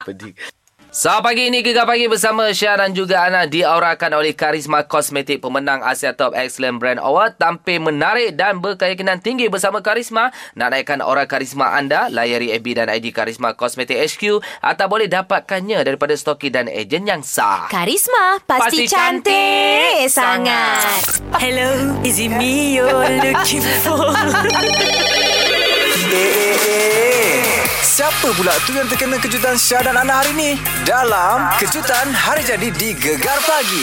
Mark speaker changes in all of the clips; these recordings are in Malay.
Speaker 1: Pedih. So, pagi ini Gegar Pagi bersama Syah dan juga Ana diaurakan oleh Karisma Kosmetik pemenang Asia Top Excellent Brand Award. Tampil menarik dan berkeyakinan tinggi bersama Karisma. Nak naikkan aura karisma anda, layari FB dan ID Karisma Kosmetik HQ atau boleh dapatkannya daripada stoki dan ejen yang sah.
Speaker 2: Karisma pasti,
Speaker 1: Pasti
Speaker 2: pasti cantik,
Speaker 1: cantik
Speaker 2: sangat.
Speaker 3: Hello, is it me you're looking for?
Speaker 4: Eh, eh, eh. Siapa pula tu yang terkena kejutan Syah dan Ana hari ni? Dalam Kejutan Hari Jadi di Gegar Pagi.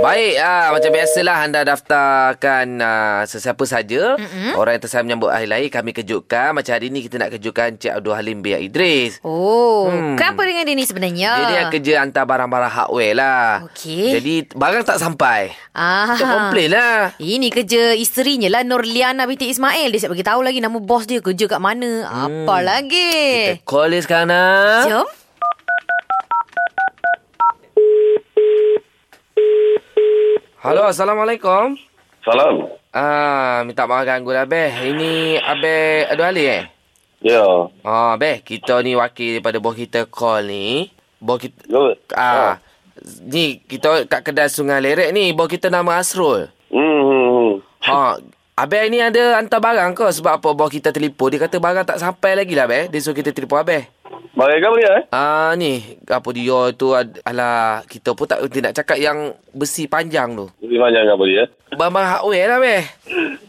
Speaker 1: Baik, ah, macam biasalah anda daftarkan ah, sesiapa saja. Mm-hmm. Orang yang tersayang menyambut hari lahir kami kejutkan. Macam hari ini kita nak kejutkan Cik Abdul Halim bin Idris.
Speaker 2: Oh, hmm. kenapa dengan dia ni sebenarnya?
Speaker 1: Dia ni yang kerja hantar barang-barang hardware lah.
Speaker 2: Ah. Okey.
Speaker 1: Jadi barang tak sampai.
Speaker 2: Ah.
Speaker 1: Kita komplain lah.
Speaker 2: Ini kerja isterinya lah Norliana binti Ismail. Dia siap bagi tahu lagi nama bos dia kerja kat mana. Apa lagi?
Speaker 1: Kita call dia sekarang lah. nak.
Speaker 2: Jom.
Speaker 1: Halo, Assalamualaikum.
Speaker 5: Salam.
Speaker 1: Ah, minta maaf ganggu lah, Beh. Ini Abeh Abdul Halim eh?
Speaker 5: Ya.
Speaker 1: Ah, Beh, kita ni wakil daripada bos kita call ni. Bos kita...
Speaker 5: Good. Ha.
Speaker 1: Ah, Ni, kita kat kedai Sungai Lerek ni. Bos kita nama Asrul.
Speaker 5: Hmm. hmm, hmm.
Speaker 1: Ha, Abeh ni ada hantar barang ke? Sebab apa bos kita telefon. Dia kata barang tak sampai lagi lah, Beh. Dia suruh kita telefon Abeh.
Speaker 5: Baik kamu dia eh?
Speaker 1: Ah ni apa dia tu ad- alah kita pun tak berhenti nak cakap yang besi panjang tu.
Speaker 5: Lebih panjang kamu dia.
Speaker 1: Barang hardware lah beh.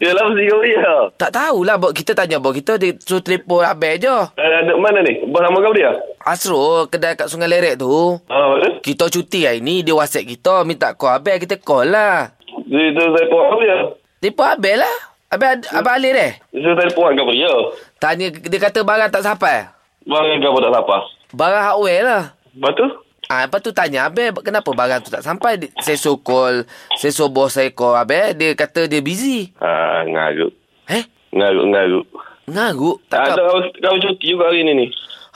Speaker 5: Yalah mesti kamu dia.
Speaker 1: Tak tahulah bok kita tanya bok kita dia suruh telefon abang je.
Speaker 5: Eh, ada mana ni? Bos nama ah? kamu dia?
Speaker 1: Asro kedai kat Sungai Lerek tu.
Speaker 5: Ha, mana?
Speaker 1: Kita cuti hari ni dia WhatsApp kita minta call abang kita call lah.
Speaker 5: Dia tu telefon kamu dia.
Speaker 1: Telefon abang lah. Abang ad- abang Alif deh.
Speaker 5: ah? Dia telefon kamu dia.
Speaker 1: Tanya dia kata barang tak sampai.
Speaker 5: ya? Bang kamu tak apa.
Speaker 1: Barang hardware lah.
Speaker 5: Lepas tu?
Speaker 1: Ah, lepas tu tanya Abel kenapa barang tu tak sampai. Dia- Saya suruh call, saya suruh bos saya call Abel. Dia kata dia busy.
Speaker 5: Ha, ngaruk.
Speaker 1: Eh?
Speaker 5: Ngaruk, ngaruk.
Speaker 1: Ngaruk
Speaker 5: Tak
Speaker 1: tak
Speaker 5: kamu, kamu cuti juga hari ni ni.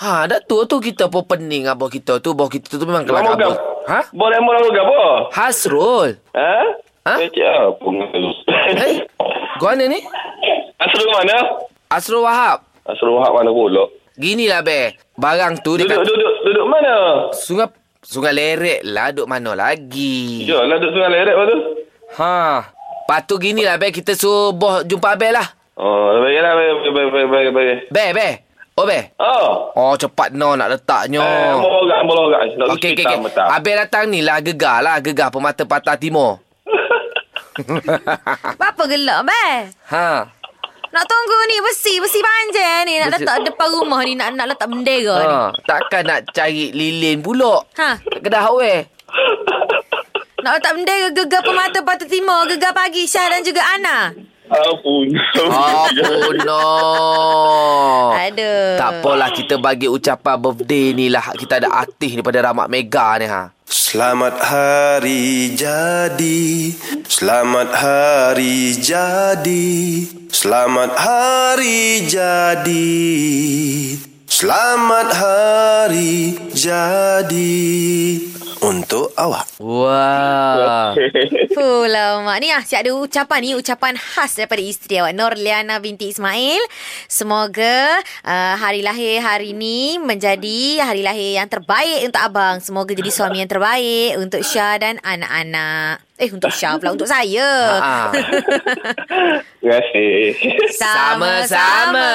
Speaker 1: Ha, dah tu tu kita pun pening abah kita tu, abah kita tu memang kelakar.
Speaker 5: Kamu kamu.
Speaker 1: abah. Ha?
Speaker 5: Bos nama kamu apa?
Speaker 1: Hasrul.
Speaker 5: Ha?
Speaker 1: Ha?
Speaker 5: Eh, cik, apa ngaruk?
Speaker 1: Eh, gua mana ni?
Speaker 5: Asrul mana?
Speaker 1: Asrul Wahab.
Speaker 5: Asrul Wahab mana pula?
Speaker 1: Ginilah be. Barang tu
Speaker 5: Duduk,
Speaker 1: dekat
Speaker 5: duduk, duduk mana?
Speaker 1: sungai Sungai Lerek lah duk mana lagi.
Speaker 5: Ya, lah duduk sungai lerek lepas tu.
Speaker 1: Ha. Patu ginilah be kita suruh boh jumpa Abel lah.
Speaker 5: Oh, baiklah, baik, baik, baik, baik, baik.
Speaker 1: Be be. Oh be.
Speaker 5: Oh.
Speaker 1: Oh cepat no nak letaknya.
Speaker 5: Eh, bologak, bologak. Nak
Speaker 1: Okey okey okey.
Speaker 5: Betah.
Speaker 1: Abel datang ni lah gegar lah gegar pemata patah timur.
Speaker 2: Apa gelak, Bel?
Speaker 1: Ha.
Speaker 2: eh? Nak tunggu ni besi, besi panjang ni. Nak
Speaker 1: Besi-
Speaker 2: letak depan rumah ni. Nak nak letak bendera Oh, ni.
Speaker 1: Ha, takkan nak cari lilin pula.
Speaker 2: Ha.
Speaker 1: Kedah hardware.
Speaker 2: Nak letak bendera gegar pemata patah timur. Gegar pagi Syah dan juga Ana.
Speaker 5: Ampun.
Speaker 1: Ampun no. Oh,
Speaker 2: Aduh.
Speaker 1: Tak apalah kita bagi ucapan birthday ni lah. Kita ada artis daripada Ramak Mega ni ha.
Speaker 6: Selamat hari jadi Selamat hari jadi Selamat hari jadi Selamat hari jadi Untuk awak
Speaker 1: Wah.
Speaker 2: Pulau Mak. Ni ah, siap ada ucapan ni. Ucapan khas daripada isteri awak. Norliana binti Ismail. Semoga uh, hari lahir hari ni menjadi hari lahir yang terbaik untuk abang. Semoga jadi suami yang terbaik untuk Syah dan anak-anak. Eh, untuk Syah pula. Untuk saya.
Speaker 1: Ha.
Speaker 5: Terima kasih.
Speaker 1: Sama-sama.